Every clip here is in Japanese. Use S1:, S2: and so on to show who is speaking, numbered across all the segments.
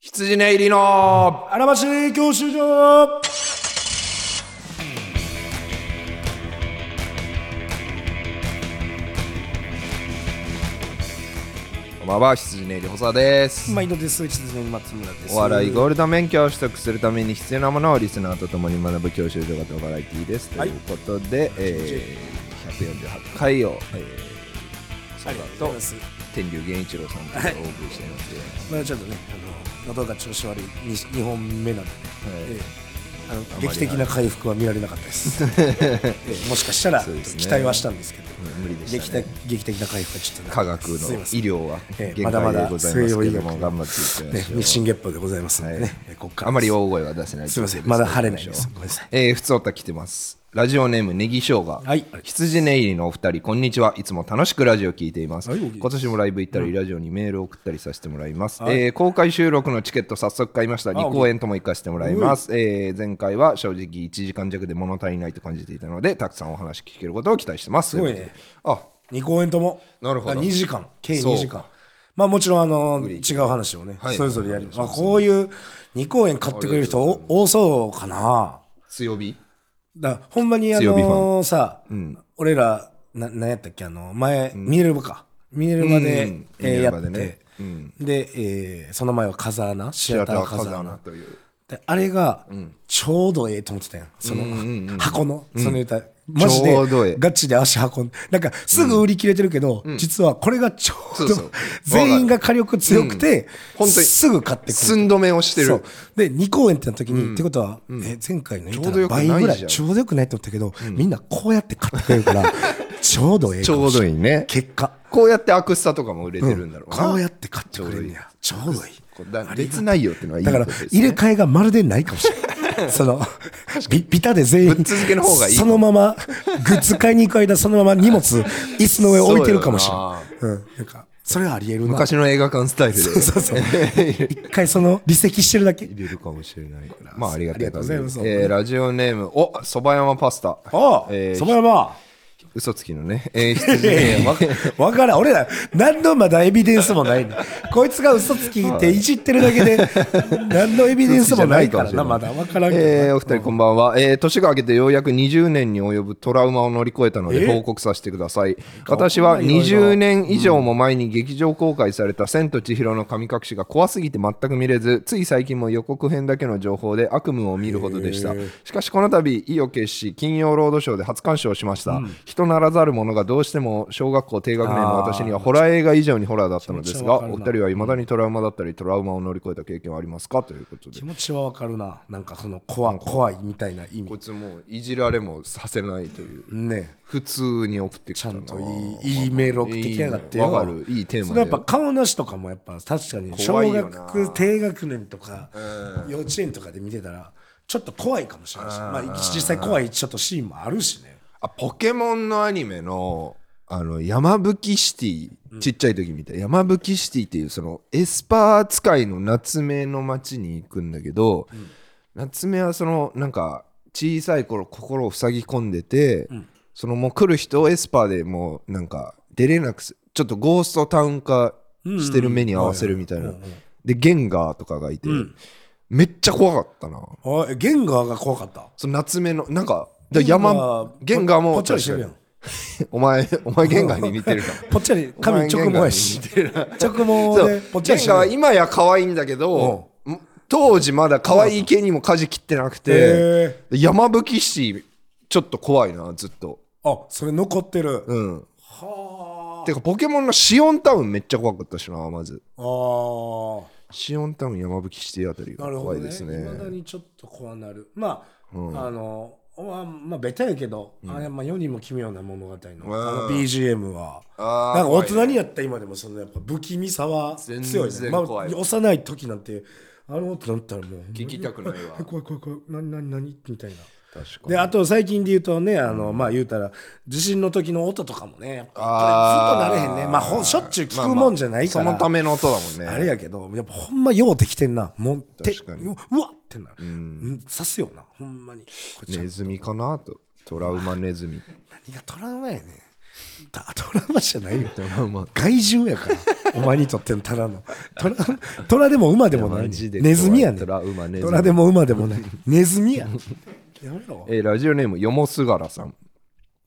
S1: 羊ね入りの
S2: 荒橋教習所
S1: こんばんは羊ね入り細田です、
S2: 毎度です羊の松村です
S1: お笑いゴールド免許を取得するために必要なものをリスナーと共に学ぶ教習所型バラエティーです、
S2: はい
S1: ということで、えー、148回を、えー、
S2: あ
S1: そう
S2: り
S1: だ
S2: がと
S1: と
S2: うございます
S1: 天竜源一郎さんとお送りしています、
S2: まあちょっとねあの喉が調子悪い 2, 二本目なんでね、ええあの
S1: り
S2: 劇的な回復は見られなかったです、ええもしかしたら、
S1: そうですね
S2: 期待はしたんですけど、
S1: うん無理でしたね
S2: 劇的劇的な回復はちょっとな
S1: 科学の医
S2: すいません
S1: 療は
S2: ええ
S1: 限
S2: まだま
S1: 界で
S2: だ
S1: ござい
S2: 西
S1: ます
S2: 洋
S1: け
S2: 医
S1: ど
S2: 学
S1: も、頑張っていってみま
S2: ね
S1: しょう
S2: 日進月歩でございますんでね、
S1: はい
S2: ええこっから
S1: あまり大声は出せない
S2: すいませんまだ晴れないですごめんなさい
S1: えー、ふつおた来てます。ラジオネームネギ生姜。
S2: はい
S1: 羊ネイリのお二人、こんにちは。いつも楽しくラジオ聞いています。
S2: はいお聞きです
S1: 今年もライブ行ったり、ラジオにメールを送ったりさせてもらいます。
S2: はい
S1: えー公開収録のチケット早速買いました。2公演とも行かせてもらいます。えー前回は正直1時間弱で物足りないと感じていたので、たくさんお話聞けることを期待してます。す
S2: ごいね。
S1: あ、
S2: 2公演とも
S1: なるほど
S2: 2時間計
S1: そう
S2: 2時間まあもちろんあの違う話をね、
S1: はい
S2: それぞれやります、まあ、こういう2公演買ってくれる人お多そうかな
S1: 強火
S2: だからほんまにあ
S1: 強火フ
S2: のさ、俺らな何やったっけあの前、ミネルヴァかミネルヴァで、
S1: うんミネ
S2: えー
S1: ル
S2: や
S1: ヴァ
S2: って
S1: でね
S2: で、えーその前は風穴シアター風穴
S1: という。
S2: であれがちょうどええと思ってたやんその、箱のその言うたら、マジ
S1: ちょうどええ
S2: でガチで足運んでなんかすぐ売り切れてるけど、実はこれがちょう
S1: そ
S2: ど
S1: うそう
S2: 全員が火力強くて、
S1: 本当に
S2: すぐ買ってくる
S1: 寸止めをしてる
S2: そう。で2公演ってなった時に、ってことは、え前回の言った
S1: ちょうどよ
S2: ら
S1: くない
S2: 倍
S1: じゃん
S2: ぐらいちょうどよくないと思ったけど、みんなこうやって買ってくれるから ちょうどええ
S1: ちょうどいいね。
S2: 結果
S1: こうやってアクスタとかも売れてるんだろうな。
S2: こうやって買ってくれるんやちょうどいい
S1: こうだ別内容っていうのはいい
S2: だから
S1: ことですね
S2: 入れ替えがまるでないかもしれないそのビビタで全員
S1: ぶっ続けの方がいい
S2: そのままグッズ買いに行く間そのまま荷物椅子の上置いてるかもしれないうん、なんかそれはありえるな
S1: 昔の映画館スタイルで
S2: そうそう一回その離席してるだけ
S1: 入れるかもしれないから。まあありがたい
S2: ありがとうございます
S1: えーラジオネーム、おそば山パスタ。
S2: ああ、
S1: えー
S2: そのまま
S1: 嘘つきのね。えー、羊ね
S2: わわからん俺ら何のまだエビデンスもないねんこいつが嘘つきっていじってるだけで何のエビデンスもないからなまだわからんけどな、
S1: えーお二人こんばんは、えー年が明けてようやく20年に及ぶトラウマを乗り越えたので
S2: え
S1: 報告させてください私は20年以上も前に劇場公開された「千と千尋の神隠し」が怖すぎて全く見れずつい最近も予告編だけの情報で悪夢を見るほどでしたしかしこの度意を決し金曜ロードショーで初鑑賞しました、人ならざる者がどうしても小学校低学年の私にはホラー映画以上にホラーだったのですが
S2: 気持ちはわかる
S1: お
S2: な
S1: 二人はいまだにトラウマだったりトラウマを乗り越えた経験はありますかということで
S2: 気持ちはわかるななんかその怖怖いみたいな意
S1: こい
S2: 味
S1: つもういじられもさせないという
S2: ね
S1: 普通に送ってきたな
S2: ちゃんといいいいメール送ってきやがってよ
S1: いいわかるいいテー
S2: そ
S1: マ
S2: れ
S1: だ
S2: やっ
S1: よ
S2: ぱ顔なしとかもやっぱ確かに
S1: 怖い
S2: 小
S1: よな
S2: 学低学年とか幼稚園とかで見てたらちょっと怖いかもしれないし、まあ、実際怖いちょっとシーンもあるしね
S1: あポケモンのアニメのあの山吹シティちっちゃい時見た、山吹シティっていうそのエスパー使いの夏目の町に行くんだけど、夏目はそのなんか小さい頃心を塞ぎ込んでて、そのもう来る人をエスパーでもうなんか出れなくすちょっとゴーストタウン化してる目に合わせるみたいな、でゲンガーとかがいて、めっちゃ怖かったな
S2: あえゲンガーが怖かった
S1: その夏目のなんかだ山ゲンガーも
S2: ぽっちゃりしてるやん
S1: お 前、お前玄関に似てるかも。
S2: ぽっちゃり髪直毛やし直毛
S1: そ
S2: で
S1: う
S2: ぽっ、ちゃり
S1: 玄
S2: してる
S1: 関
S2: や
S1: は
S2: ん
S1: 今や可愛いんだけど、当時まだ可愛い系にも舵切ってなくて、
S2: え
S1: 山吹市、ちょっと怖いな、ずっと。
S2: ーあそれ残ってる
S1: うん。
S2: は
S1: てか、ポケモンのシオンタウンめっちゃ怖かったしな、まず。
S2: ああー
S1: シオンタウン山吹市あたりが
S2: なるほ
S1: 怖
S2: ど
S1: い
S2: ね
S1: です
S2: いまだ
S1: ね。
S2: にちょっと怖なるまあ、あのまあ、まあ、ベタやけど、あれまあ世にも奇妙な物語のあの BGM は
S1: あー
S2: なんか大人にやった今でもそのやっぱ不気味さは強
S1: 全
S2: いね、
S1: 然
S2: まあ、
S1: 怖い
S2: 幼い時なんてあの音なったらもう
S1: 聞きたくない わ
S2: え怖い怖い怖い何何何みたいな
S1: 確かに。
S2: であと最近で言うとねあの、まあ言うたら地震の時の音とかもねやっ
S1: あー
S2: ぱこれずっとなれへんねまあほんしょっちゅう聞くもんじゃないから、
S1: まあまあそのための音だもんね。
S2: あれやけどやっぱほんまようできてんなもんて
S1: 確かに
S2: ううわってなる、うん、刺すよなほんまにこっちは
S1: ネズミかなと。トラウマネズミ。
S2: 何がトラウマやねんたトラマじゃないよ
S1: トラウマ
S2: 害獣やから お前にとってのただのトラトラでも馬でもな
S1: マ
S2: い,、
S1: ジで
S2: ネズミやね
S1: ト
S2: ん
S1: ラウマネズミ
S2: トラでも馬でもないネ ズミややめろ
S1: えーラジオネームよもすがらさん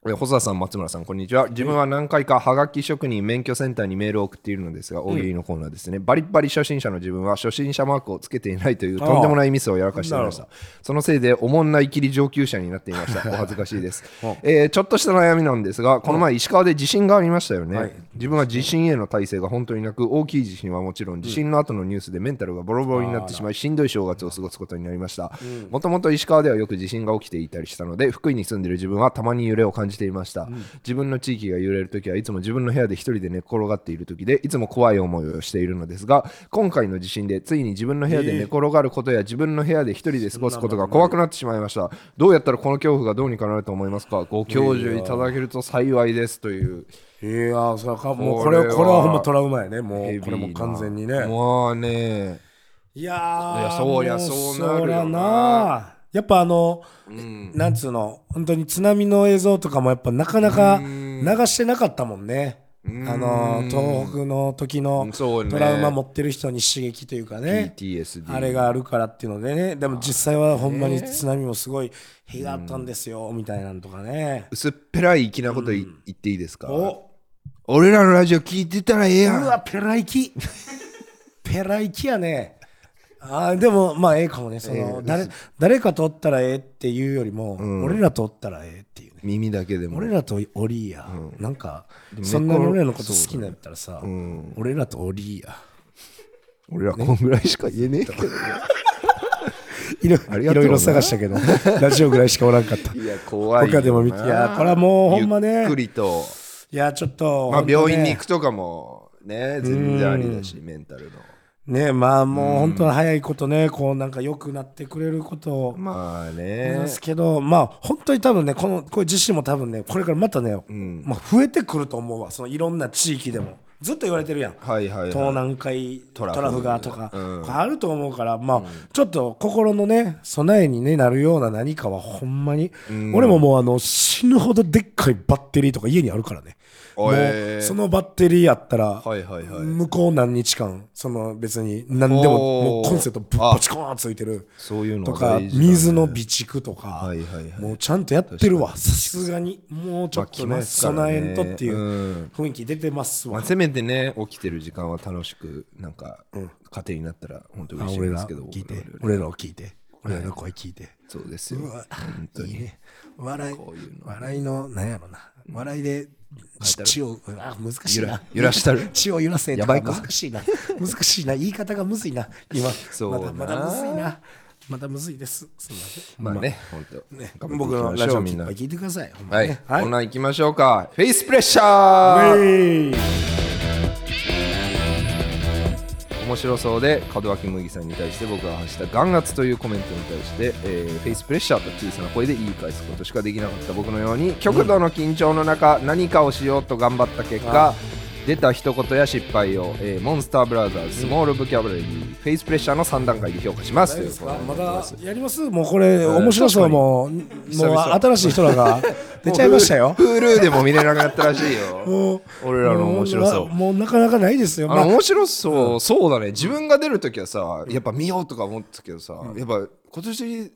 S1: えー細田さん松村さんこんにちは自分は何回かはがき職人免許センターにメールを送っているのですが大喜利のコーナーですね、バリッバリ初心者の自分は初心者マークをつけていないという
S2: あー
S1: とんでもないミスをやらかしていまし
S2: な
S1: たそのせいでおもんないきり上級者になっていま したお恥ずかしいです、えーちょっとした悩みなんですがこの前石川で地震がありましたよね、
S2: はい
S1: 自分は地震への耐性が本当になく大きい地震はもちろん地震の後のニュースでメンタルがボロボロになってしまいしんどい正月を過ごすことになりましたもともと石川ではよく地震が起きていたりしたので福井に住んでいる自分はたまに揺れを感じていました、自分の地域が揺れる時はいつも自分の部屋で一人で寝っ転がっている時でいつも怖い思いをしているのですが今回の地震でついに自分の部屋で寝転がることや自分の部屋で一人で過ごすことが怖くなってしまいましたどうやったらこの恐怖がどうにかなると思いますかご教授いただけると幸いですという
S2: いやーそれかもう
S1: こ
S2: こ
S1: れ
S2: れ
S1: は
S2: これはほんまトラウマやねも
S1: ヘビー
S2: うこれ
S1: な
S2: もう完全にね
S1: もうね
S2: いや
S1: いや
S2: ー
S1: そりゃ
S2: も
S1: そうなるよな
S2: そりゃなやっぱあの、なんつうの本当に津波の映像とかもやっぱなかなか流してなかったもんねあの東北の時の
S1: そうね
S2: トラウマ持ってる人に刺激というかね
S1: PTSD
S2: あれがあるからっていうのでねでも実際はほんまに津波もすごい日があったんですよみたいなんとかね
S1: 薄っぺらい粋なことい言っていいですか
S2: お
S1: 俺らのラジオ聞いてたらええ
S2: う
S1: やん
S2: わペライキペライキやねあーでもまあええかもねその、誰誰かとおったらええっていうよりも、俺らとおったらええっていうね
S1: 耳だけでも
S2: 俺らとおりや、なんか
S1: もね
S2: そんなに
S1: この
S2: 俺らのこと好きになったらさ、俺らとおりや
S1: 俺らこんぐらいしか言えねえけど
S2: いろ
S1: あ
S2: い
S1: りがとうな
S2: ろいろ探したけど ラジオぐらいしかおらんかった
S1: いや怖いよな
S2: 他でも見ていやこれはもうほんまね
S1: ゆっくりと
S2: いやちょっと、
S1: まあ
S2: ほんとね
S1: 病院に行くとかもね全然ありだしメンタルの
S2: ねまあもう本当に早いことねこうなんか良くなってくれることを
S1: まあ
S2: 思い
S1: ね
S2: ますけど、まあ本当に多分ねこのこういう地震も多分ねこれからまたね、まあ、増えてくると思うわそのいろんな地域でもずっと言われてるやん、
S1: はいはいはい
S2: 東南海
S1: ト
S2: ト
S1: ラ
S2: ラ
S1: フ
S2: フがとか、
S1: うん
S2: これあると思うからまあ、ちょっと心のね備えに、ね、なるような何かはほんまに、俺ももうあの死ぬほどでっかいバッテリーとか家にあるからねも
S1: お
S2: う
S1: い
S2: そのバッテリーやったら、
S1: はいはいはい
S2: 向こう何日間その別に何でもも
S1: おー
S2: うコンセントぶっパチコーンついてる
S1: そういうの
S2: と
S1: は
S2: か
S1: 大事だね
S2: 水の備蓄とか、
S1: はいはいはい
S2: もうちゃんとやってるわさすがにもうちょっとね,、
S1: まあ来ますからね
S2: 備えんとっていう
S1: うん
S2: 雰囲気出てます
S1: ま
S2: わ、
S1: あ、せめてね起きてる時間は楽しくなんか家庭になったら本当嬉
S2: あ
S1: しい
S2: 俺
S1: んで
S2: ら
S1: すけど
S2: 聞い
S1: 我
S2: て
S1: 々
S2: 俺らを聞いて俺らの声聞いて、
S1: そうですよ
S2: うわ
S1: 本当
S2: いい
S1: に
S2: ね笑い
S1: こういうの
S2: 笑いのなんやろな笑いで血血をあ難しい
S1: 揺ら
S2: な
S1: 揺らしたる
S2: 血を揺らせと
S1: やばいか
S2: 難しいな難しいな言い方がむずいな今
S1: そうな
S2: まだまだむずいなまだむずいですすいません
S1: まあね本当
S2: ね、
S1: 頑張っ
S2: 僕
S1: ていき
S2: の
S1: ましょう
S2: ラジオ
S1: み
S2: い
S1: ん
S2: っ
S1: な
S2: ぱい聞いてください。ほんま
S1: は
S2: に
S1: い
S2: ね、
S1: コー
S2: はい。
S1: ナー行きましょうかフェイスプレッシャー面白そうで門脇麦さんに対して僕が発した眼圧というコメントに対して、えーフェイスプレッシャーと小さな声で言い返すことしかできなかった僕のように極度の緊張の中、何かをしようと頑張った結果出た一言や失敗を、えーモンスターブラザーズスモールブキャブラリー、フェイスプレッシャーの3段階で評価します
S2: 大
S1: と
S2: 丈夫
S1: い
S2: で
S1: うことに
S2: すか
S1: なっ
S2: ま
S1: てます
S2: だやりますもうこれ
S1: ん
S2: 面白そう
S1: 確かに
S2: もう
S1: 久
S2: もう
S1: 々
S2: 新しい人 らが出ちゃいましたよ。
S1: Hulu でも見れなくなったらしいよ
S2: もう
S1: 俺らの面白そう
S2: ももうなかなかないですよ。
S1: あ
S2: ま
S1: の
S2: あ
S1: 面白そう、そうだね自分が出るときはさやっぱ見ようとか思ってたけどさ、やっぱ今年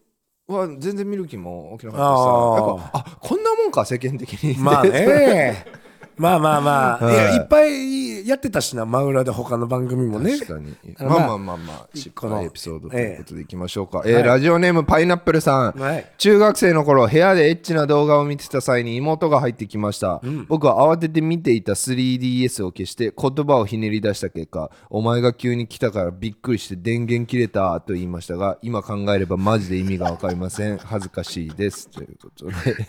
S1: は全然見る気も起きなかったしさやっぱあこんなもんか世間的に
S2: まあね。 まあまあまあ、
S1: はい
S2: いや、いっぱいやってたしな、真裏で他の番組もね。
S1: 確かに
S2: あの
S1: まあ
S2: まあ
S1: まあまあまあ失
S2: この
S1: 敗エピソードということでいきましょうか、えーラジオネームパイナップルさん、
S2: はい
S1: 中学生の頃部屋でエッチな動画を見てた際に妹が入ってきました、僕は慌てて見ていた 3DS を消して言葉をひねり出した結果お前が急に来たからびっくりして電源切れたと言いましたが今考えればマジで意味がわかりません 恥ずかしいですということで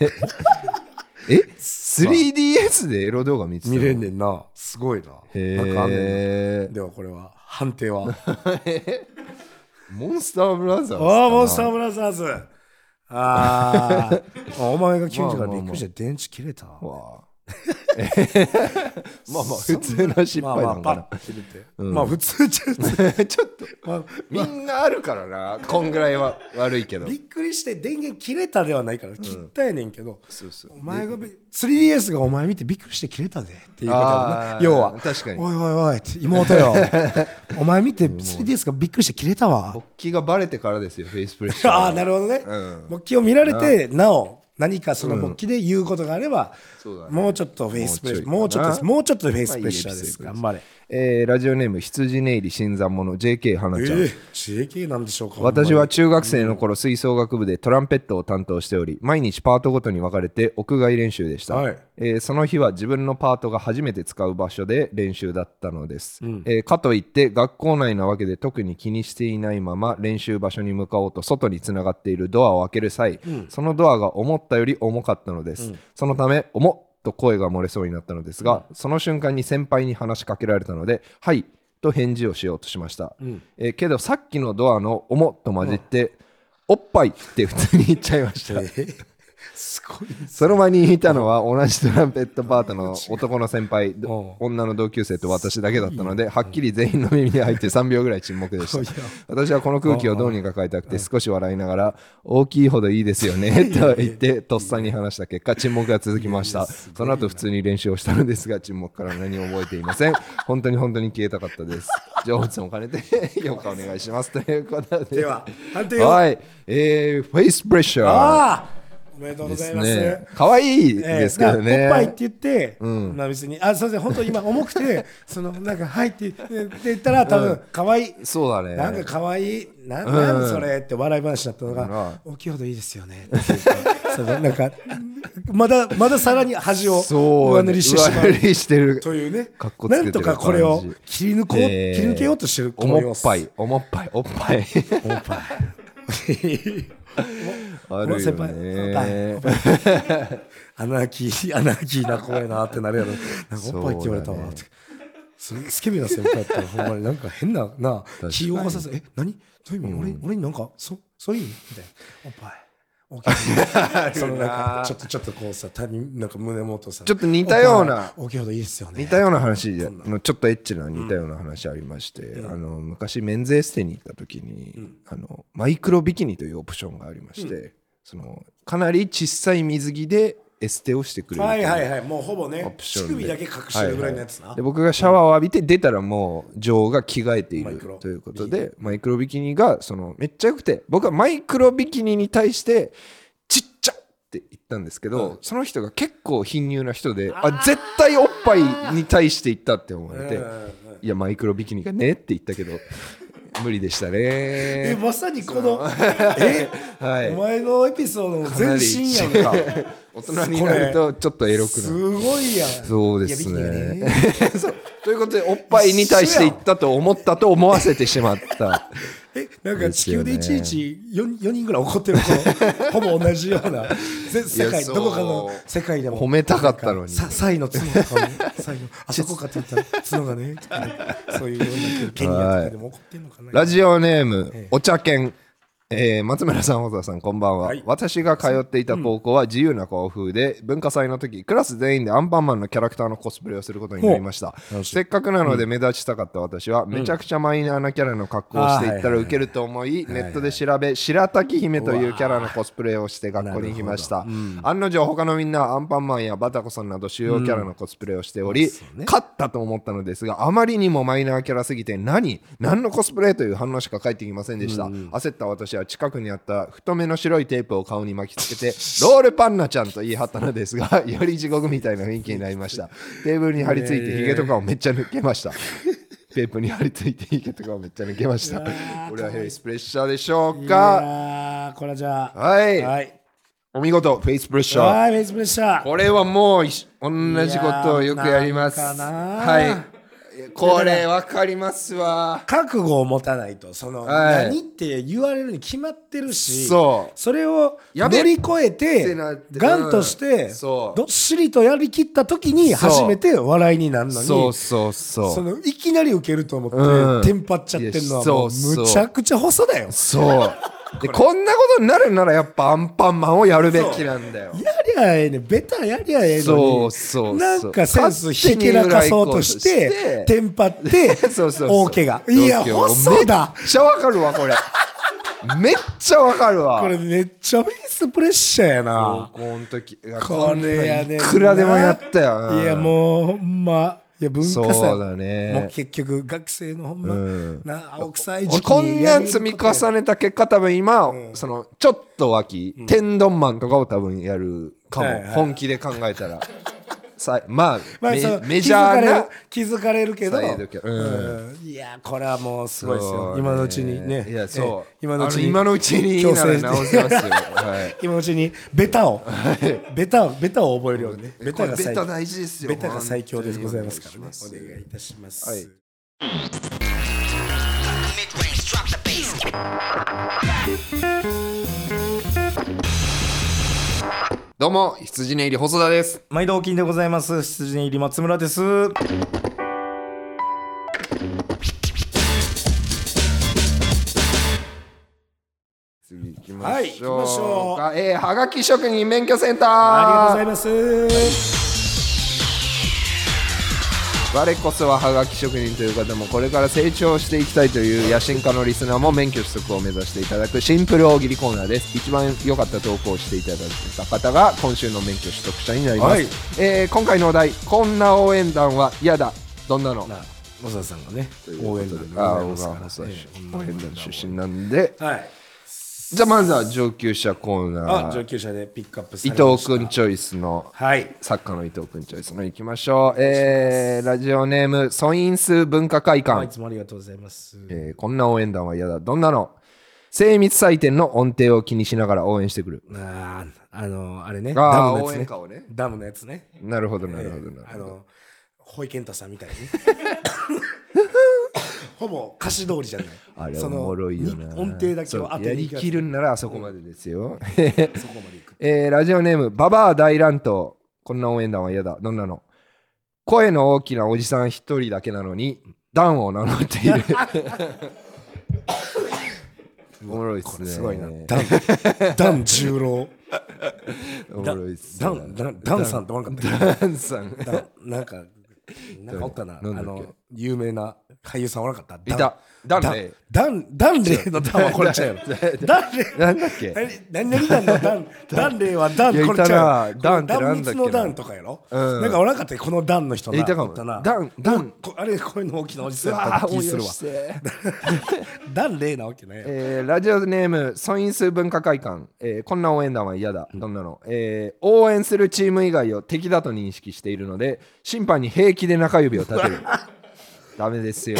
S1: え 3DS でエロ動画見てたの
S2: 見れんねんな。すごいな。なんかあんねん
S1: へ
S2: なではこれ は、判定は。
S1: ーモンスターブラザーズかな
S2: ああ、モンスターブラザーズ。ああ、お前が90からびっくりして電池切れた。
S1: わあまあまあ普通の失敗なのかな、
S2: まあまあパッて出て
S1: うん
S2: まあ普通じゃ
S1: ちょっと
S2: まあ
S1: みんなあるからなこんぐらいは悪いけど
S2: びっくりして電源切れたではないから切ったやねんけど、
S1: そうそう
S2: お前がび 3DS がお前見てびっくりして切れたぜっていうこ
S1: あ
S2: とやもんな
S1: ー
S2: 要は
S1: 確かに
S2: おいおいおいって 妹よお前見て 3DS がびっくりして切れたわ
S1: 勃起がバレてからですよフェイスプレッシャー
S2: ああなるほどね、
S1: うん
S2: 勃起を見られてなお何かその勃起で言うことがあれば、
S1: そうだね
S2: もうちょっとフェイスプレッシャーも
S1: も
S2: う
S1: う
S2: ち
S1: ち
S2: ょ
S1: ょいかな
S2: っとですもうちょっとフェイスプレッシャーです、
S1: まあいいエピ
S2: 頑張れ
S1: えーラジオネーム羊ネイリ新参者 JK 花
S2: え
S1: ちゃん、
S2: え JK なんでしょうか
S1: 私は中学生の頃吹奏楽部でトランペットを担当しており毎日パートごとに分かれて屋外練習でした、
S2: はい
S1: えーその日は自分のパートが初めて使う場所で練習だったのです、
S2: うん
S1: えーかといって学校内なわけで特に気にしていないまま練習場所に向かおうと外につながっているドアを開ける際、そのドアが思ったより重かったのです、そのため「重っ!」と声が漏れそうになったのですが、その瞬間に先輩に話しかけられたので「はい」と返事をしようとしました、
S2: ん
S1: えーけどさっきのドアの「重っ!」と混じって「おっぱい!」って普通に言っちゃいました
S2: ええすごいです
S1: その場にいたのは同じトランペットパート の男の先輩、
S2: ん
S1: 女の同級生と私だけだったので、はっきり全員の耳に入って3秒ぐらい 沈黙でした。私はこの空気をどうにか変えたくて少し笑いながら、大きいほどいいですよね、と言って、とっさに話した結果、沈黙が続きました。その後普通に練習をしたのですが、沈黙から何も覚えていませ ん。本当に本当に消えたかったです。情報も兼ねて、評価お願いします。ということ で。
S2: では判定をあ
S1: はい。えー、フェイスプレッシャー。
S2: あおめでとうご
S1: で
S2: ざ
S1: す
S2: います
S1: ね。可愛い
S2: ええ
S1: ですけどね。
S2: おっぱいって言って、まあ別に、あ、すみません、本当今重くて、 その、なんか、はいってって言ったら、多分、可愛い。
S1: そうだね。
S2: なんか可愛い、なん、なんそれって笑い話だったのが、大きいほどいいですよね。っていうか そのなんか、まだ、まださらに恥を
S1: そう
S2: 上塗りしてしま
S1: 上塗
S2: う。
S1: りしてる。
S2: というね
S1: かっこ、つけて
S2: なん
S1: る
S2: とかこれを
S1: 感じ
S2: 切り抜こう、
S1: えー
S2: 切り抜けようとしてる。
S1: お
S2: この
S1: も
S2: 様
S1: っ
S2: 子
S1: ぱい、おもっぱい、おっぱい。
S2: おっぱい。
S1: あ
S2: もう
S1: るよ
S2: 先輩
S1: ね。
S2: アナーキー、アナーキーな子やなってな るやろ。なんか
S1: そうだね
S2: おっぱいって言われたわって。それスケベな先輩やったらほんまになんか変なな
S1: かに
S2: 気を起こさず「え何どういう意味、俺に俺になんかそそういう意味?」みたいな「おっぱい」大きいそのなんかちょっとちょっとこうさ他人なんか胸元さ
S1: ちょっと似たような
S2: おっぱい大きいほどいいですよね
S1: 似たような話で、あのちょっとエッチな似たような話ありまして、あの昔メンズエステに行った時に、あのマイクロビキニというオプションがありまして、そのかなり小さい水着でエステをしてくれる
S2: は
S1: とい
S2: いうはいはいもうほぼ
S1: オ
S2: ね
S1: プショ
S2: 乳
S1: ンで
S2: 首だけ隠してるぐらいのやつな、
S1: で僕がシャワーを浴びて出たらもう女王が着替えてい
S2: マイクロ
S1: るということでマイクロビキニがそのめっちゃ良くて僕はマイクロビキニに対してちっちゃって言ったんですけど、その人が結構貧乳な人であ絶対おっぱいに対して言ったって思われて、
S2: うんうんうん
S1: いやマイクロビキニがねって言ったけ ど無理でした
S2: え
S1: ね。
S2: まさにこのえ、
S1: はい
S2: お前のエピソードの全身やんか
S1: 大人になるとちょっとエロくなる
S2: すごいやん
S1: そうです
S2: いやビキニが
S1: ね。そうということで、おっぱいに対して言ったと思ったと思わせてしまった。
S2: えなんか地球でいちいち 4, 四人ぐらい怒ってるこの ほぼ同じようなぜ世
S1: いや
S2: 界
S1: そう
S2: どこかの世界でも
S1: 褒めたかったのに
S2: さサイの角とかもサイのあそこかって言ったら角がねとかねそういうようなケニアとかでも怒ってるのかな、
S1: ラジオネーム、お茶犬。えー松村さん、小沢さん、こんばんは、
S2: はい
S1: 私が通っていた高校は自由な校風で、文化祭の時、クラス全員でアンパンマンのキャラクターのコスプレをすることになりました。せっかくなので目立ちたかった私は、めちゃくちゃマイナーなキャラの格好をしていったらウケると思い、ネットで調べ、白滝姫というキャラのコスプレをして学校に行きました。案の定、他のみんなアンパンマンやバタコさんなど主要キャラのコスプレをしており、勝ったと思ったのですが、あまりにもマイナーキャラすぎて、何何のコスプレという反応しか返ってきませんでした。焦った私は近くにあった太めの白いテープを顔に巻きつけて、 ロールパンナちゃんと言い張ったのですが、 より地獄みたいな雰囲気になりま した。テーブルに張り付いて、ヒゲとかをめっちゃ抜けました。 テープに張り付いて、ヒゲとかをめっちゃ抜けました。これはヘイスプレッシャーでしょう
S2: い
S1: か
S2: やーこれはじゃあ
S1: はい
S2: はい
S1: お見事、フェイスプレッシャー。
S2: はいフェイスプレッシャー
S1: これはもう一緒同じことをよくやります。
S2: いやーなんかな
S1: はい。これわかりますわ。
S2: 覚悟を持たないとその、
S1: はい
S2: 何って言われるに決まってるし
S1: そう
S2: れを
S1: やべ
S2: 乗り越え
S1: って
S2: て
S1: なって
S2: 頑として、
S1: うんそう
S2: どっしりとやりきった時に
S1: そう
S2: 初めて笑いになるのに
S1: そうそうそう。
S2: そのいきなり受けると思って、
S1: うん
S2: テンパっちゃってるのはもう
S1: いやそうそう
S2: むちゃくちゃ細だよ
S1: そう。でこんなことになるならやっぱアンパンマンをやるべきなんだよ
S2: やりゃええねんベタやりゃええのに
S1: そうそうそう
S2: なんかセンスひけらかそうとして
S1: 勝手に裏行こうとして
S2: テンパって
S1: そうそうそう
S2: 大怪我いや
S1: 東京
S2: 細だ
S1: めっちゃわかるわこれめっちゃわかるわ
S2: これめっちゃフェイスプレッシャー
S1: 高
S2: やな
S1: 校の時
S2: これやねん
S1: い
S2: な
S1: くらでもやったよ
S2: いやもうほんまいや文化
S1: そ
S2: 祭
S1: うだね
S2: もう結局学生のほんま、
S1: うん
S2: な青臭い
S1: 俺
S2: 時期
S1: こん
S2: にや
S1: な
S2: る
S1: 積み
S2: ことや
S1: 重ねた結果多分今、そのちょっと脇、天丼マンとかを多分やるかも、
S2: はいはい
S1: 本気で考えたら さいまあ、
S2: まあ、
S1: メ
S2: そう
S1: メジャーな
S2: 気づかれる気づか
S1: サイ
S2: れ
S1: ド
S2: る
S1: キ
S2: け
S1: ャ
S2: ど、
S1: うん
S2: うんいやこれはもうすごいです
S1: そう
S2: よ
S1: ね
S2: 今のうちにね
S1: いやそう
S2: ええ今のう
S1: あ
S2: ちに
S1: 今のうちに
S2: 強制
S1: なら直せますよ、はい、
S2: 今のうちにベタをベタをベタを覚えるようにねベ
S1: こ
S2: タ
S1: れ
S2: が
S1: ベ
S2: 最
S1: タ大事ですよ
S2: ベタが最強でございますからね
S1: お願いしま
S2: お
S1: す
S2: 願いいたします、
S1: はい
S3: Mid-range, drop the bass.
S1: どうも羊ね入り細田です
S2: 毎度お金でございます羊入り松村です
S1: 次行き
S2: は
S1: ま
S2: い行
S1: し
S2: き
S1: ょう
S2: ましょう
S1: か、えー、はがき職人免許センター
S2: ありがとうございます
S1: 我こそはハガキ職人という方もこれから成長していきたいという野心家のリスナーも免許取得を目指していただくシンプル大喜利コーナーです一番良かった投稿をしていただいた方が今週の免許取得者になります、
S2: はい
S1: えー今回のお題「こんな応援団は嫌だどんなの?」
S2: 野沢さんがね
S1: という
S2: 応
S1: こ
S2: 援
S1: と
S2: 団
S1: で
S2: で
S1: あ
S2: ござい
S1: ー
S2: ます
S1: 小川細
S2: から
S1: 田氏
S2: ええ
S1: 応援団出身なんで
S2: はい
S1: じゃあまずは上級者コーナ
S2: あ上
S1: ー
S2: 級者でピックアップさ
S1: 伊
S2: れま
S1: 藤
S2: した
S1: 君チョイスの
S2: はい
S1: 作家の伊藤君チョイスのいきましょう、えーラジオネームソインス文化会館、
S2: いつもありがとうございます
S1: えーこんな応援団は嫌だ。どんなの精密採点の音程を気にしながら応援してくる。
S2: あーあのあれねダ
S1: あー
S2: ムのやつ
S1: 応援
S2: ね
S1: 歌をね
S2: ダムのやつね
S1: なるほど、なるほど、な
S2: あ
S1: るほど。
S2: のほいけんたさんみた いにねほぼ歌詞通りじゃない
S1: あれ
S2: そ
S1: お
S2: の
S1: もろいよな。
S2: に音程だけを当
S1: そう
S2: て
S1: や
S2: に
S1: り
S2: 行くやつ
S1: きるんならあそこまでですよ。
S2: そこまでいく
S1: えーラジオネーム、ババア大乱闘。こんな応援団は嫌だ。どんなの声の大きなおじさん一人だけなのに、ダンを名乗ってい る。おもろいっすね。
S2: すごいなダンダン十郎
S1: おもろいっすね
S2: ダンダンダンさんっておらんかったっ
S1: ダンさん。
S2: けダンなんかなんかおったなあ
S1: 誰なんだっけ
S2: の有名な俳優さんおらんかった
S1: いた
S2: ダン
S1: ダンレイ
S2: ダンダンレイのダンはこ れちゃうよダンレイ
S1: なんだっけ
S2: 何何々団の団団例は団
S1: いや
S2: これちゃう
S1: いたな団ってなんだっけな
S2: 断密の団とかやろ、
S1: うん
S2: なんかおらんかったっけこの団の人ない
S1: たかも
S2: おったな
S1: 団団
S2: こあれ声の大きなおじさ
S1: うん
S2: やった気するわ
S1: して
S2: 団例なわけね
S1: えーラジオネームソインス文化会館、えーこんな応援団は嫌だ、どんなの、えー応援するチーム以外を敵だと認識しているので審判に平気で中指を立 てるダメですよ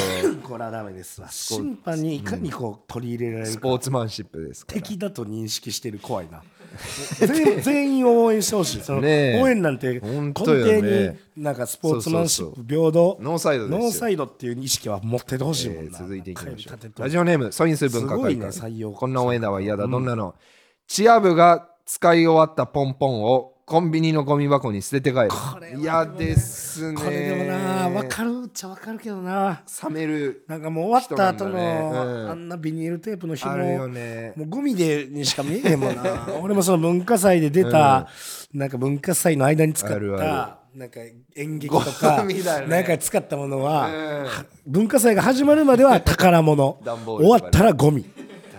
S2: これはダメですわ審判にいかにこう取り入れられる
S1: ス
S2: か
S1: ポーツマンシップですから
S2: 敵だと認識してる怖いな 全全員応援してほしいその
S1: ねえ
S2: 応援なんて
S1: 本
S2: 根
S1: 当よね
S2: 底になんかスポーツマンシッ
S1: そ
S2: プ平等
S1: ノーサイドですよ
S2: ノーサイドっていう意識は持っててほしいもん
S1: え
S2: な、
S1: ー続いていきましょ
S2: 帰り立て
S1: う
S2: と
S1: ラジオネームソインス文化会館
S2: すごいね採用
S1: こんな応援団は嫌だ、どんなのチア部が使い終わったポンポンをコンビニのゴミ箱に捨てて帰る嫌ですね
S2: これでもな分かるっちゃ分かるけどな
S1: 冷める
S2: なんかもう終わった後の、
S1: 人なんだねうん
S2: あんなビニールテープの紐
S1: あるよね
S2: もうゴミでにしか見えへんもんな俺もその文化祭で出た、なんか文化祭の間に使った
S1: あるあ
S2: なんか演劇とか、
S1: ゴミだよね
S2: なんか使ったものは、
S1: うん
S2: 文化祭が始まるまでは宝物
S1: 段ボールとかね
S2: 終わったらゴミ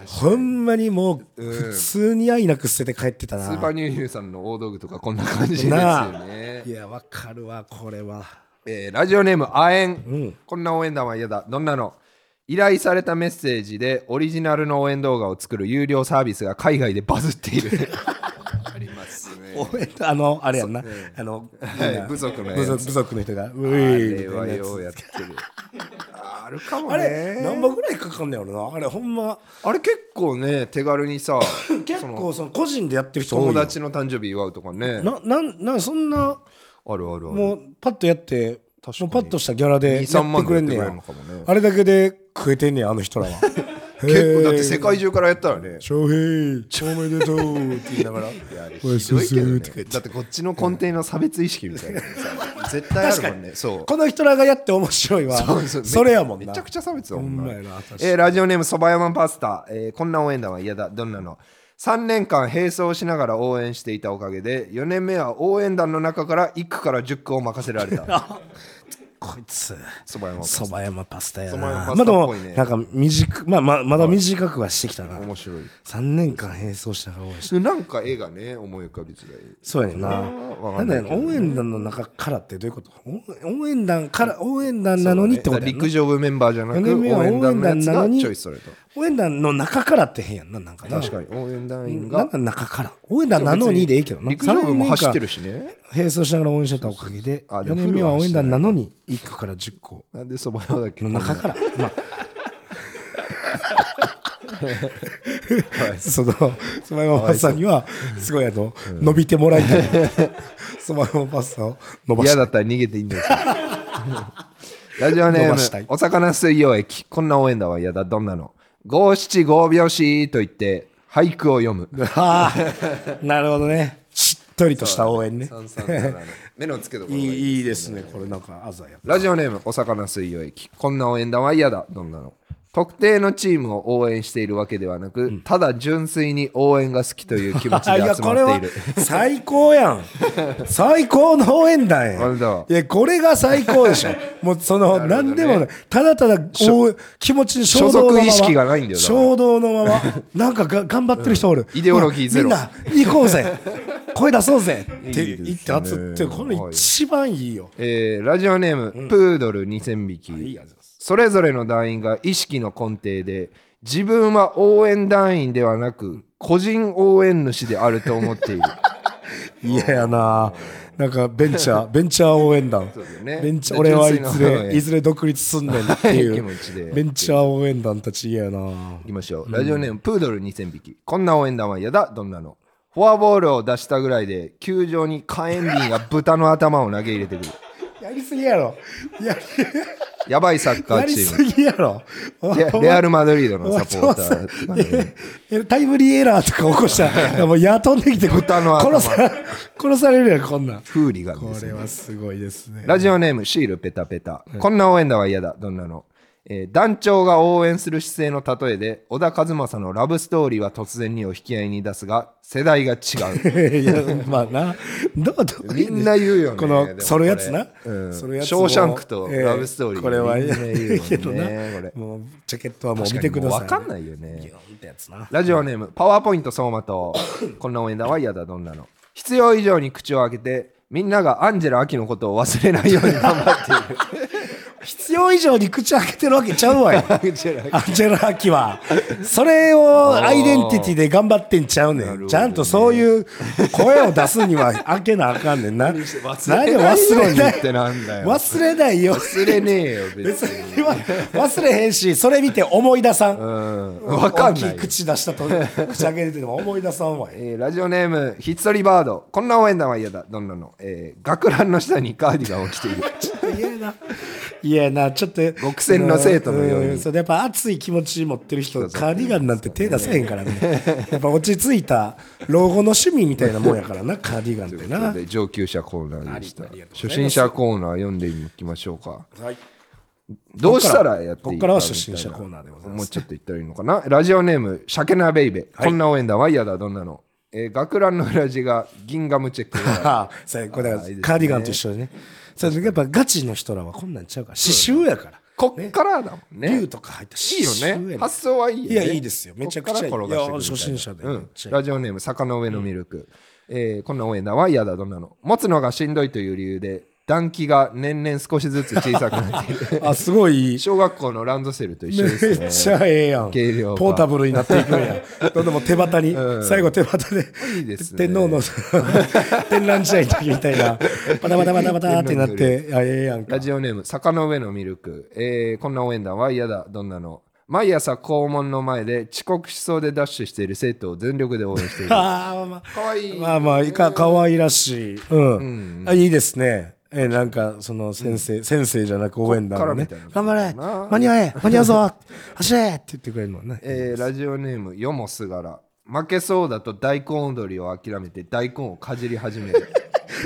S2: ほんまにもう普通に愛なく捨てて帰ってたな、
S1: スーパーニューヒューさんの大道具とかこんな感じですよ
S2: なあ
S1: ね
S2: い。やわかるわこれは
S1: えーラジオネームあえん、
S2: ん
S1: こんな応援団は嫌だ。どんなの依頼されたメッセージでオリジナルの応援動画を作る有料サービスが海外でバズってい る。ありますね。
S2: 応援あのあれやんな、あの、
S1: い部族のやつ
S2: 部族部族の人がう
S1: あ
S2: ぃ
S1: れ
S2: みた
S1: はい
S2: なや
S1: よ
S2: つ
S1: うやってる。あるかもね。
S2: あれ何本ぐらいかかんねやろなあれほんま
S1: あれ結構ね、手軽にさ、
S2: 結
S1: その
S2: 構その個人でやってる人多
S1: 友
S2: いよ
S1: 達の誕生日祝うとかね。
S2: ななんなんそんな
S1: あるあるあ
S2: も
S1: る。
S2: うパッとやって
S1: 確かに
S2: もうパッとしたギャラでや
S1: 2 3
S2: ってくれんね
S1: 万
S2: や
S1: でやってくれるのかもね
S2: あれだけで食えてんねやあの人らは
S1: 結構だって世界中からやったらね
S2: 翔平おめでとうって言いながら
S1: ひどいけどねだってこっちの根底の差別意識みたいなの さ絶対あるもんねそう
S2: この人らがやって面白いわ
S1: そう
S2: そ
S1: そう
S2: れやもんな
S1: めちゃくちゃ差別だ
S2: ほ
S1: も
S2: ん
S1: ん
S2: ま
S1: な
S2: やな確かに
S1: えーラジオネームそば山パスタ、えーこんな応援団は嫌だどんなの3年間並走しながら応援していたおかげで4年目は応援団の中から1区から10区を任せら れた
S2: こいつ
S1: そば山パス
S2: そば山パスタやな
S1: 蕎麦山
S2: ま
S1: パ
S2: あ
S1: ス
S2: で
S1: タっ
S2: も
S1: ぽいね
S2: なんか短くまあまあまだ短くはしてきたな
S1: タ面白い
S2: 3年間並走したから応援して
S1: なんか絵がね思い浮かびづらい
S2: そうやねんな
S1: わ
S2: な
S1: かん
S2: ん
S1: な
S2: だよ
S1: い
S2: な応援団の中からってどういうこと応援団から応援団なのにってことやんな
S1: 陸上部メンバーじゃなく
S2: 四年目は
S1: 応援団のやつ
S2: 応援団なの
S1: が
S2: に
S1: チョイスされた
S2: 応援団の中からって変やんななんかな
S1: 確かに応援団員
S2: な
S1: が
S2: んか中から応援団なのにでいいけどな
S1: 陸上部も走って
S2: る
S1: るしね
S2: 並走しながら応援してたおかげで
S1: あで
S2: 4
S1: も
S2: 年目は応援団なのに1区から10個
S1: なんでそば山だっけ
S2: の 中からまあそのそば山パスタにはすごいあの伸びてもらいたいそば山パスタを伸ばし
S1: 嫌
S2: た
S1: だったら逃げていいん ですよラジオネ
S2: 伸ばした
S1: ー
S2: い
S1: ム、お魚水溶液。こんな応援だは嫌だ。どんなの五七五拍子と言って、俳句を読 む。
S2: ああなるほどねしっとりとした応援ね
S1: 三三七の目のつけどころ
S2: い
S1: がいい
S2: いいいですねこれなんか鮮やか
S1: ラジオネーム、お魚水溶液。こんな応援団は嫌だ。どんなの特定のチームを応援しているわけではなく、ただ純粋に応援が好きという気持ち
S2: あ
S1: で
S2: いや
S1: 集
S2: これ
S1: まっ
S2: は
S1: ている。
S2: 最高 やん最高の応援団
S1: これだ
S2: や
S1: わ
S2: いやこれが最高でしょもうそ
S1: る
S2: の
S1: ほど
S2: 何
S1: ね
S2: でもないただただ応援気持ちに
S1: 所
S2: 衝動のまま
S1: 属意識がないんだよだから
S2: 衝動のままなんかが頑張ってる人おる
S1: イデオロギーゼロ
S2: みんな行こ うぜ声出そうぜって
S1: いいです
S2: 言
S1: ね
S2: って熱ってこれ一番いいよ
S1: えーラジオネーム、プードル2000匹。
S2: いいやつです
S1: それぞれの団員が意識の根底で自分は応援団員ではなく個人応援主であると思 っている
S2: いややななんかベンチャーベンチャー応援団
S1: そうだよね
S2: ベンチャー俺はいず
S1: 純粋な応
S2: れ
S1: 援
S2: いずれ独立すんねんってい
S1: はいう気持ちで
S2: ベンチャー応援団たち嫌やない
S1: きましょうラジオネーム、プードル2000匹こんな応援団は嫌だどんなのフォアボールを出したぐらいで球場に火炎瓶や豚の頭を投げ入れてくる
S2: やりすぎやろ。や
S1: やばいサッカ
S2: や
S1: ー
S2: り
S1: チー
S2: す
S1: ム
S2: ぎやろ。お
S1: レ
S2: 前
S1: レアル・マドリード
S2: お
S1: の
S2: 前
S1: サポータ
S2: そうそ う
S1: ー
S2: ええタイムリーエラーとか起こしたら、もう雇ってきて、
S1: 豚の頭
S2: 殺さ殺されるやん、こんなん。こ
S1: フーリガンですね
S2: れはすごいですね。
S1: ラジオネームシールペタペタ、こんな応援団は嫌だどんなの、えー団長が応援する姿勢の例えで小田和正のラブストーリーは突然にを引き合いに出すが世代が違う
S2: いやまあな、どうどう
S1: みんな言うよね
S2: こ
S1: でも
S2: の、
S1: これ
S2: そるやつな。
S1: うん
S2: そるやつ
S1: ショーシャンクと
S2: ええ
S1: ラブストーリー
S2: これは
S1: みんな言うもんね
S2: けどな
S1: これ
S2: もう、ジャケットは もう見てく ださい。
S1: 確かにもうわかんないよね
S2: ギュンってやつな。
S1: ラジオネームパワーポイント相馬 とこんな応援団は嫌だどんなの必要以上に口を開けてみんながアンジェラ・アキのことを忘れないように頑張っている
S2: 必要以上に口開けてるわけちゃうわよ。
S1: アンジェ ラ・アキ
S2: アンジェラ・アキは、それをアイデンティティで頑張ってんちゃうね
S1: なるほど
S2: ん。
S1: ね
S2: ちゃんとそういう声を出すには開けなあかんね んな。何
S1: 忘れないようにってなんだよ
S2: 忘れないよ。
S1: 忘れねえよ別
S2: 別
S1: に
S2: には忘れへんし、それ見て思い出さ。
S1: うんんわかんない
S2: 大きい
S1: よ
S2: 口出したと、口開けてても思い出さんわよ。
S1: えーラジオネームひっそりバードこんな応援団は嫌だどんなの、えー、学ランの下にカーディガンを着ている
S2: 嫌や な。嫌やな、ちょっと。
S1: 極戦の生徒のように
S2: んそれやっぱ熱い気持ち持ってる人、カーディガンなんて手出せへんからね。やっぱ落ち着いた老後の趣味みたいなもんやからな、カーディガンってな。
S1: で上級者コーナーでした
S2: ありがとうございます
S1: 初心者コーナー読んでいきましょうかどうしたらやっていいか
S2: こっからは初心者コーナーでございます
S1: もうちょっと言ったらいいのかなラジオネームシャケナベイベ、こんな応援団は嫌だどんなの、えー、学ランの裏地が銀ガムチェッ ク
S2: ああ、 そうやこれだから
S1: いいですね
S2: カーディガンと一緒でね。それやっぱガチの人らはこんなんちゃうから。刺繍やから。
S1: こっからだもんね
S2: 竜とか入った
S1: いい
S2: 刺繍や
S1: よ
S2: ね
S1: ね発想はいいよ、ね、
S2: いやいいですよめちゃくちゃいい
S1: こっから転がしてく
S2: いや初
S1: る
S2: 心者で
S1: う
S2: めっ
S1: ん
S2: ちゃいい
S1: ラジオネーム坂の上のミルク、えーこんな応援団は嫌だどんなの持つのがしんどいという理由で暖気が年々少しずつ小さくな っている
S2: あ、すごい。
S1: 小学校のランドセルと一緒です
S2: め
S1: ね
S2: っちゃええやん。ポ
S1: 軽量化
S2: ータブルになっていくんや。どんどんもう手旗に、最後手旗で
S1: いいですね
S2: 天皇の 天覧試合の時みたいな、パタパタパタパタってなって、あええやんか
S1: ラ。ジオネーム坂の上のミルク、えーこんな応援団は嫌だどんなの毎朝校門の前で遅刻しそうでダッシュしている生徒を全力で応援 している
S2: ああ、まあまあ
S1: かわいい
S2: まあまあ、か、かわいらしい。うん。あいいですね。えなんかその先生、先生じゃなく応援団のね
S1: こっか
S2: 頑張
S1: ら
S2: れ
S1: みたいな
S2: 間に合え間に合うぞ走れって言ってくれるのはね、
S1: えーラジオネームよもすがら負けそうだと大根踊りを諦めて大根をかじり始める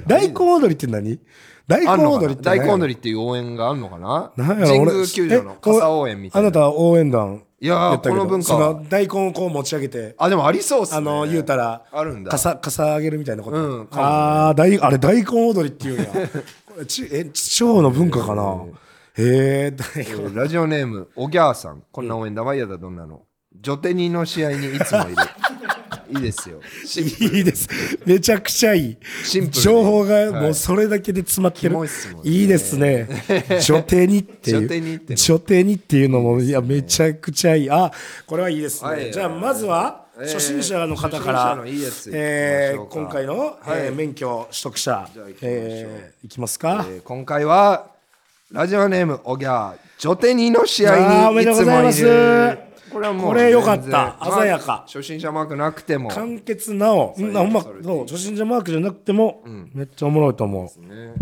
S2: 大根踊りって何 大
S1: あん
S2: 根
S1: のかな
S2: 踊りって
S1: 大根踊
S2: り
S1: りっていう応援があるのかな
S2: なんやろ
S1: 神
S2: 俺
S1: 宮球場の
S2: えこれ
S1: 傘応援みたい
S2: あ
S1: な
S2: なたは応援団
S1: いやー
S2: やったけど
S1: この文化
S2: そ
S1: は
S2: の大根をこう持ち上げて
S1: あでもありそうっすね
S2: あの言うたら
S1: あるんだ
S2: かさかさ上げるみたいなこと、
S1: うんかもね
S2: ああ大あれ大根踊りってい うんやこれちえ地方の文化かなへえ大
S1: え
S2: 根
S1: ーラジオネームおぎゃーさんこんな応援だわ嫌だどんなの女手にの試合にいつも いるいいですよシンプル
S2: いいですめちゃくちゃいい
S1: シンプルで
S2: 情報が
S1: はい
S2: もうそれだけで詰まって
S1: キ
S2: る、
S1: モいっすもんね
S2: いいです ね女帝にっていう
S1: 女帝にっての
S2: 女帝にっていうのもいやめちゃくちゃいいあこれはいいですね、
S1: はい
S2: じゃあまずは
S1: えー
S2: 初心者の方から、
S1: 初心者のいいやつ
S2: えー
S1: 行きましょうか
S2: 今回の、えー免許取得者
S1: じゃあ行きましょう
S2: えーいきますか、
S1: えー今回はラジオネームおぎゃー女手にの試
S2: あー
S1: 合
S2: おめ
S1: にい
S2: でと
S1: つ
S2: うござい
S1: も
S2: ま
S1: い
S2: す
S1: るこれは
S2: これ良かった
S1: 全然
S2: 鮮やか
S1: まあ初心者マークなくても
S2: 完結なお、うんあほんま、
S1: それでいい
S2: そう初心者マークじゃなくても、めっちゃおもろいと思う。
S1: ね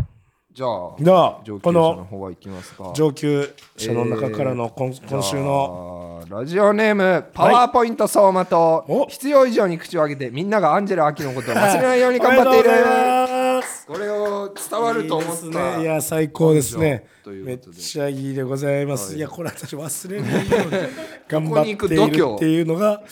S1: じゃあ
S2: じゃあ
S1: 上級
S2: こ
S1: 者
S2: の
S1: の方はいきますか
S2: 上級者の中からの今,、今週の
S1: じゃあラジオネームパワーポイント相馬と、
S2: お
S1: 必要以上に口を開けてみんながアンジェラ・アキのことを忘れないように頑張っている
S2: おめでとうございます
S1: これを伝わると思っ
S2: いいです
S1: た
S2: ね、いや最高ですね
S1: とい
S2: め
S1: う
S2: っ
S1: ことで
S2: ちゃいいでございます、い、やこれ私忘れないように頑
S1: こに
S2: 張
S1: 行
S2: って
S1: く
S2: い
S1: 度
S2: る
S1: 胸
S2: っていうのが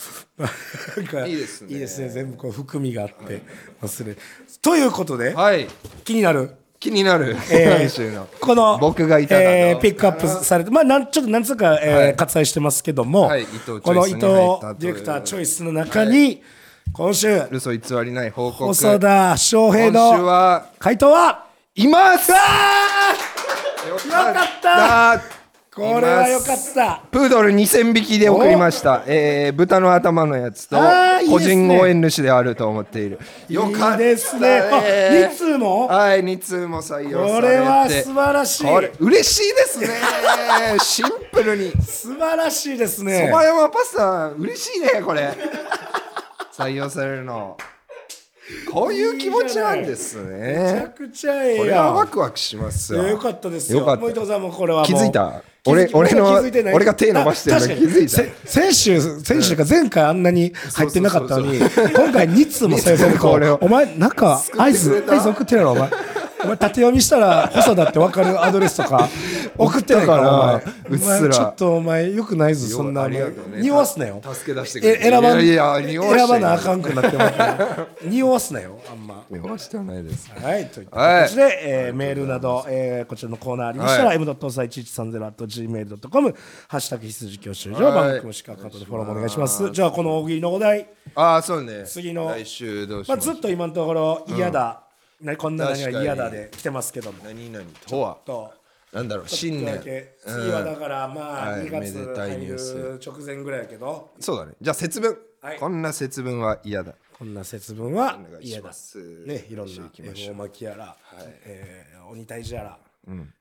S2: なんか
S1: いいですね
S2: いいですね全部こう含みがあって忘れということで、
S1: はい
S2: 気になる
S1: 気になる、
S2: えー
S1: 今週の
S2: この
S1: 僕がいたらどう
S2: えーピックアップされて、まあ、なんちょっと何つうか、えー
S1: はい
S2: 割愛してますけども、
S1: はい伊藤チョイス
S2: この伊藤
S1: に
S2: デ
S1: 入ったという
S2: ィレクターチョイスの中に、今週
S1: 嘘偽りない報告
S2: 細田翔平
S1: 今週
S2: の
S1: は
S2: 回答はい
S1: ますよ
S2: よかったこれはよかった
S1: プードル2000匹で送りました、えー、豚の頭のやつと
S2: あーいいで
S1: 個
S2: すね
S1: 人応援主であると思っているよかった
S2: いいですねあ
S1: ね
S2: 2通も
S1: はい2通も採用されて
S2: これは素晴らしい
S1: これ嬉しいですねシンプルにそ
S2: 素晴らしいですね
S1: ば山パスタ嬉しいねこれ採用されるのこういう気持ちなんです
S2: めちゃ
S1: ね
S2: くちゃええ
S1: これ
S2: や
S1: は
S2: ん
S1: ワクワクします
S2: い
S1: よ
S2: やよかったですよ。
S1: よかった
S2: もう伊藤さんもこれはもう
S1: 気づいた
S2: 気づき
S1: 俺俺の
S2: 気づいてない
S1: 俺が手伸ばしてるの
S2: あ確かに
S1: 気づいた
S2: せ先週先週か前回あんなに入ってなかったのに今回2通も先生にこ
S1: これを
S2: うお前なんか合図合図送ってるやろお前。お前縦読みしたら細だって分かるアドレスとか送ってないから
S1: 送ったかな
S2: お前
S1: うっすら
S2: ちょっとお前よくないぞ
S1: よ
S2: そんな
S1: ありがとうね
S2: 匂わすなよ
S1: 助け出してくれ
S2: え選ばん
S1: いやいや
S2: 選
S1: 匂わしてない
S2: ばなあかんくなってますから匂わすなよあんま
S1: 見逃してはないです
S2: はい、といった
S1: はい
S2: 形で、えーメールなど、えーこちらのコーナーありましたら、
S1: はい
S2: m. 搭載1130 at gmail.com、ハッシュタグ羊教習所、
S1: はい
S2: 番組もしくはアカウントでフォローもお願いします。じゃあ、この大喜利のお題、
S1: ああそうね
S2: 次の
S1: 来週どうし
S2: ま
S1: ま
S2: あ、
S1: し
S2: ず
S1: ょ
S2: っ
S1: う
S2: と今のところ嫌だ、ね、こんな何が嫌だ
S1: 確か
S2: で来てますけども。
S1: 何々とは
S2: と
S1: なんだろう
S2: ちょっ
S1: 新
S2: とだ
S1: 年
S2: け
S1: う
S2: 次
S1: ん
S2: はだから、まあ、
S1: はい
S2: 2月
S1: めでたいニ
S2: 入
S1: ュース
S2: る直前ぐらいやけど、
S1: そうだねじゃあ節分
S2: はい
S1: こんな節分は嫌だ
S2: こんな節分は
S1: お願い
S2: 嫌
S1: し
S2: だ
S1: ま。す
S2: ね、いろんな
S1: 行きましょう
S2: F を巻きやら、えー鬼退治やら、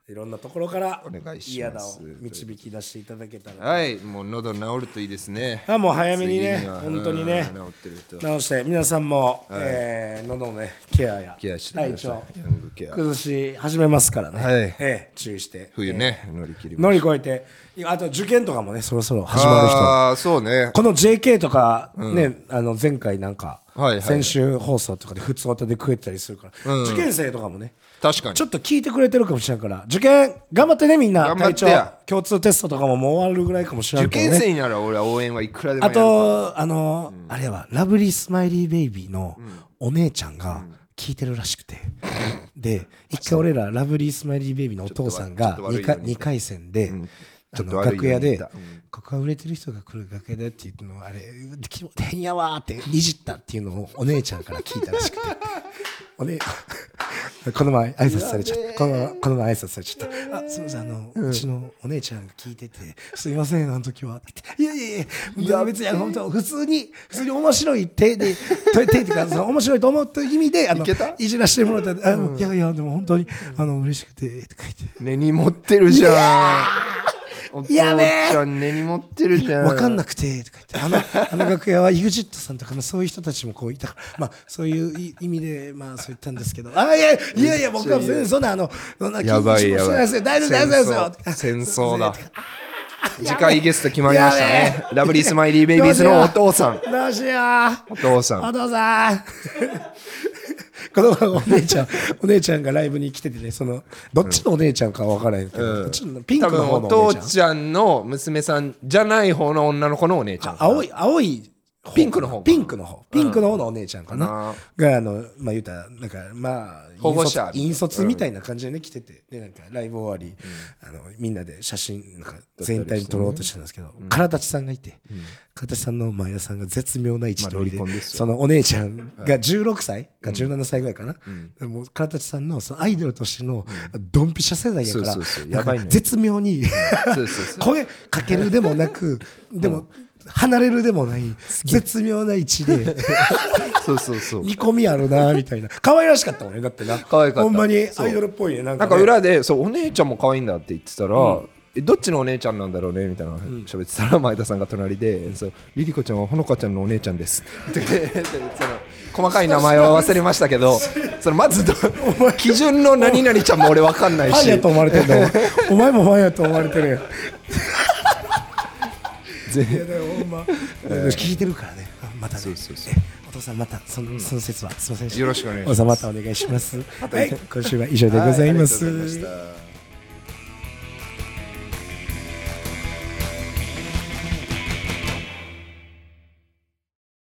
S2: いろんなところから
S1: お願いし
S2: 嫌
S1: ま
S2: だを
S1: す
S2: 導き出していただけたら。
S1: はいもう喉治るといいですね
S2: あもう早めに
S1: 次
S2: ね、
S1: は
S2: 本当にね
S1: う、ん治ってると
S2: 直して皆さんも、えー喉のね、ケアや
S1: ケアしてくだ
S2: 体調
S1: さいヤングケア
S2: 崩し始めますからね、
S1: はい
S2: えー注意して、
S1: 冬ね乗り切り
S2: 乗
S1: り
S2: り越えて、あと受験とかもね、そろそろ始まる人は
S1: ああそうね
S2: この JK とか、ね、あの前回なんか
S1: はいは、い
S2: 先週放送とかで普通音で食えてたりするから、受験生とかもね、
S1: 確かに
S2: ちょっと聞いてくれてるかもしれんから、受験頑張ってねみんな、
S1: 頑張
S2: 体
S1: って
S2: 調
S1: や。
S2: 共通テストとかももう終わるぐらいかもしれん
S1: 受
S2: けど
S1: 験
S2: ね。
S1: 生になら俺は応援はいくらでも
S2: あ
S1: やるから
S2: と、あの、あれは、ラブリースマイリーベイビーのお姉ちゃんが聞いてるらしくて、で、一回俺らラブリースマイリーベイビーのお父さん
S1: ちょ
S2: が
S1: っと悪い
S2: 2
S1: ちょっと悪いよ
S2: 回
S1: うに
S2: 二回戦で、あ
S1: ちょっ
S2: の
S1: と悪いように
S2: 楽屋で
S1: 言ったうん、
S2: ここは売れてる人が来る楽屋だっていうのを、あれ、き変やわーっていじったっていうのをお姉ちゃんから聞いたらしくて。おね、 この前挨拶されちゃった。このこの前挨拶されちゃった。あ、すみません、あの、うちのお姉ちゃんが聞いてて、すいません、あの時は。って言っていやいやいや、いや別に、本当普通に、普通に面白い手で、手 手っていうか、その面白いと思うという意味で、あの、
S1: いけた
S2: いじらしてもらったんであの、いやいや、でも本当に、あの、嬉しくて、とか言って。
S1: 根に持ってるじゃんお父ち
S2: やべえ
S1: ゃん根に持ってるじゃん
S2: わかんなくて、とか言って、 あの、あの楽屋は EXIT さんとか、まあ、そういう人たちもこういたから、まあ、そういうい意味で、まあ、そう言ったんですけど、あ、いやいやいやいや、僕は全然そんな、あの、そんな
S1: やばい
S2: 緊張
S1: や
S2: してな
S1: ばい
S2: ですよ大丈夫大丈夫ですよ。
S1: 戦争戦争 だ次回ゲスト決まりました
S2: や
S1: ね
S2: べえ
S1: ラブリースマイリーベイビーズのお父 さん
S2: どうしよう。
S1: お父さん
S2: お父さんこの前お姉ちゃん、お姉ちゃんがライブに来ててね、その、どっちのお姉ちゃんかわからないけど、どっちのピン
S1: 多
S2: クの
S1: 分お
S2: 方のお
S1: 父
S2: 姉ちゃん。
S1: ちゃんの娘さんじゃない方の女の子のお姉ちゃん
S2: 青い、青い方かな、
S1: ピンクの方か
S2: ピンクの方。ピンクの方のお姉ちゃんかな。が、あの、まあ、言うたら、なんか、まあ、
S1: 保護者
S2: 引率引率みたいな感じでね、来てて、で、なんか、ライブ終わり、あの、みんなで写真、なんか、全体に撮ろうとしたんですけど、唐立さんがいて、唐立さんの前田さんが絶妙な位置取りで
S1: まあロリコン、ですよ
S2: そのお姉ちゃんが16歳か17歳ぐらいかな。でもう、唐立さんの、そのアイドルとしての、ドンピシャ世代やか
S1: そうそうそう
S2: ら、
S1: やばい
S2: な
S1: のよ
S2: んか絶妙に、
S1: そうそうそう
S2: 声かけるでもなく、でも、離れるでもない、絶妙な位 置で、
S1: そうそうそう
S2: 煮込みあるな、みたいな。可愛らしかったもんね、だってな。
S1: 可愛かった
S2: ほんまに
S1: そう
S2: アイドルっぽいね、なん
S1: な
S2: か、
S1: んか、裏でそうお姉ちゃんも可愛いんだって言ってたら、えどっちのお姉ちゃんなんだろうねみたいな喋ってたら前田さんが隣で「そうリリコちゃんはほのかちゃんのお姉ちゃん です」って言ってでその細かい名前は忘れましたけどそのまずど 基準の何々ちゃんも俺分かんない
S2: ファン
S1: し
S2: やと思われてる の。お前もファンやと思われてるやん。いやでもほんま聞いてるからね。あまたね。えお父さんまたそのその説はすみませんでした。
S1: よろしくお願いします
S2: お父さんまたお願いします。はい、今週は以上でございます。
S1: はいありがとうございました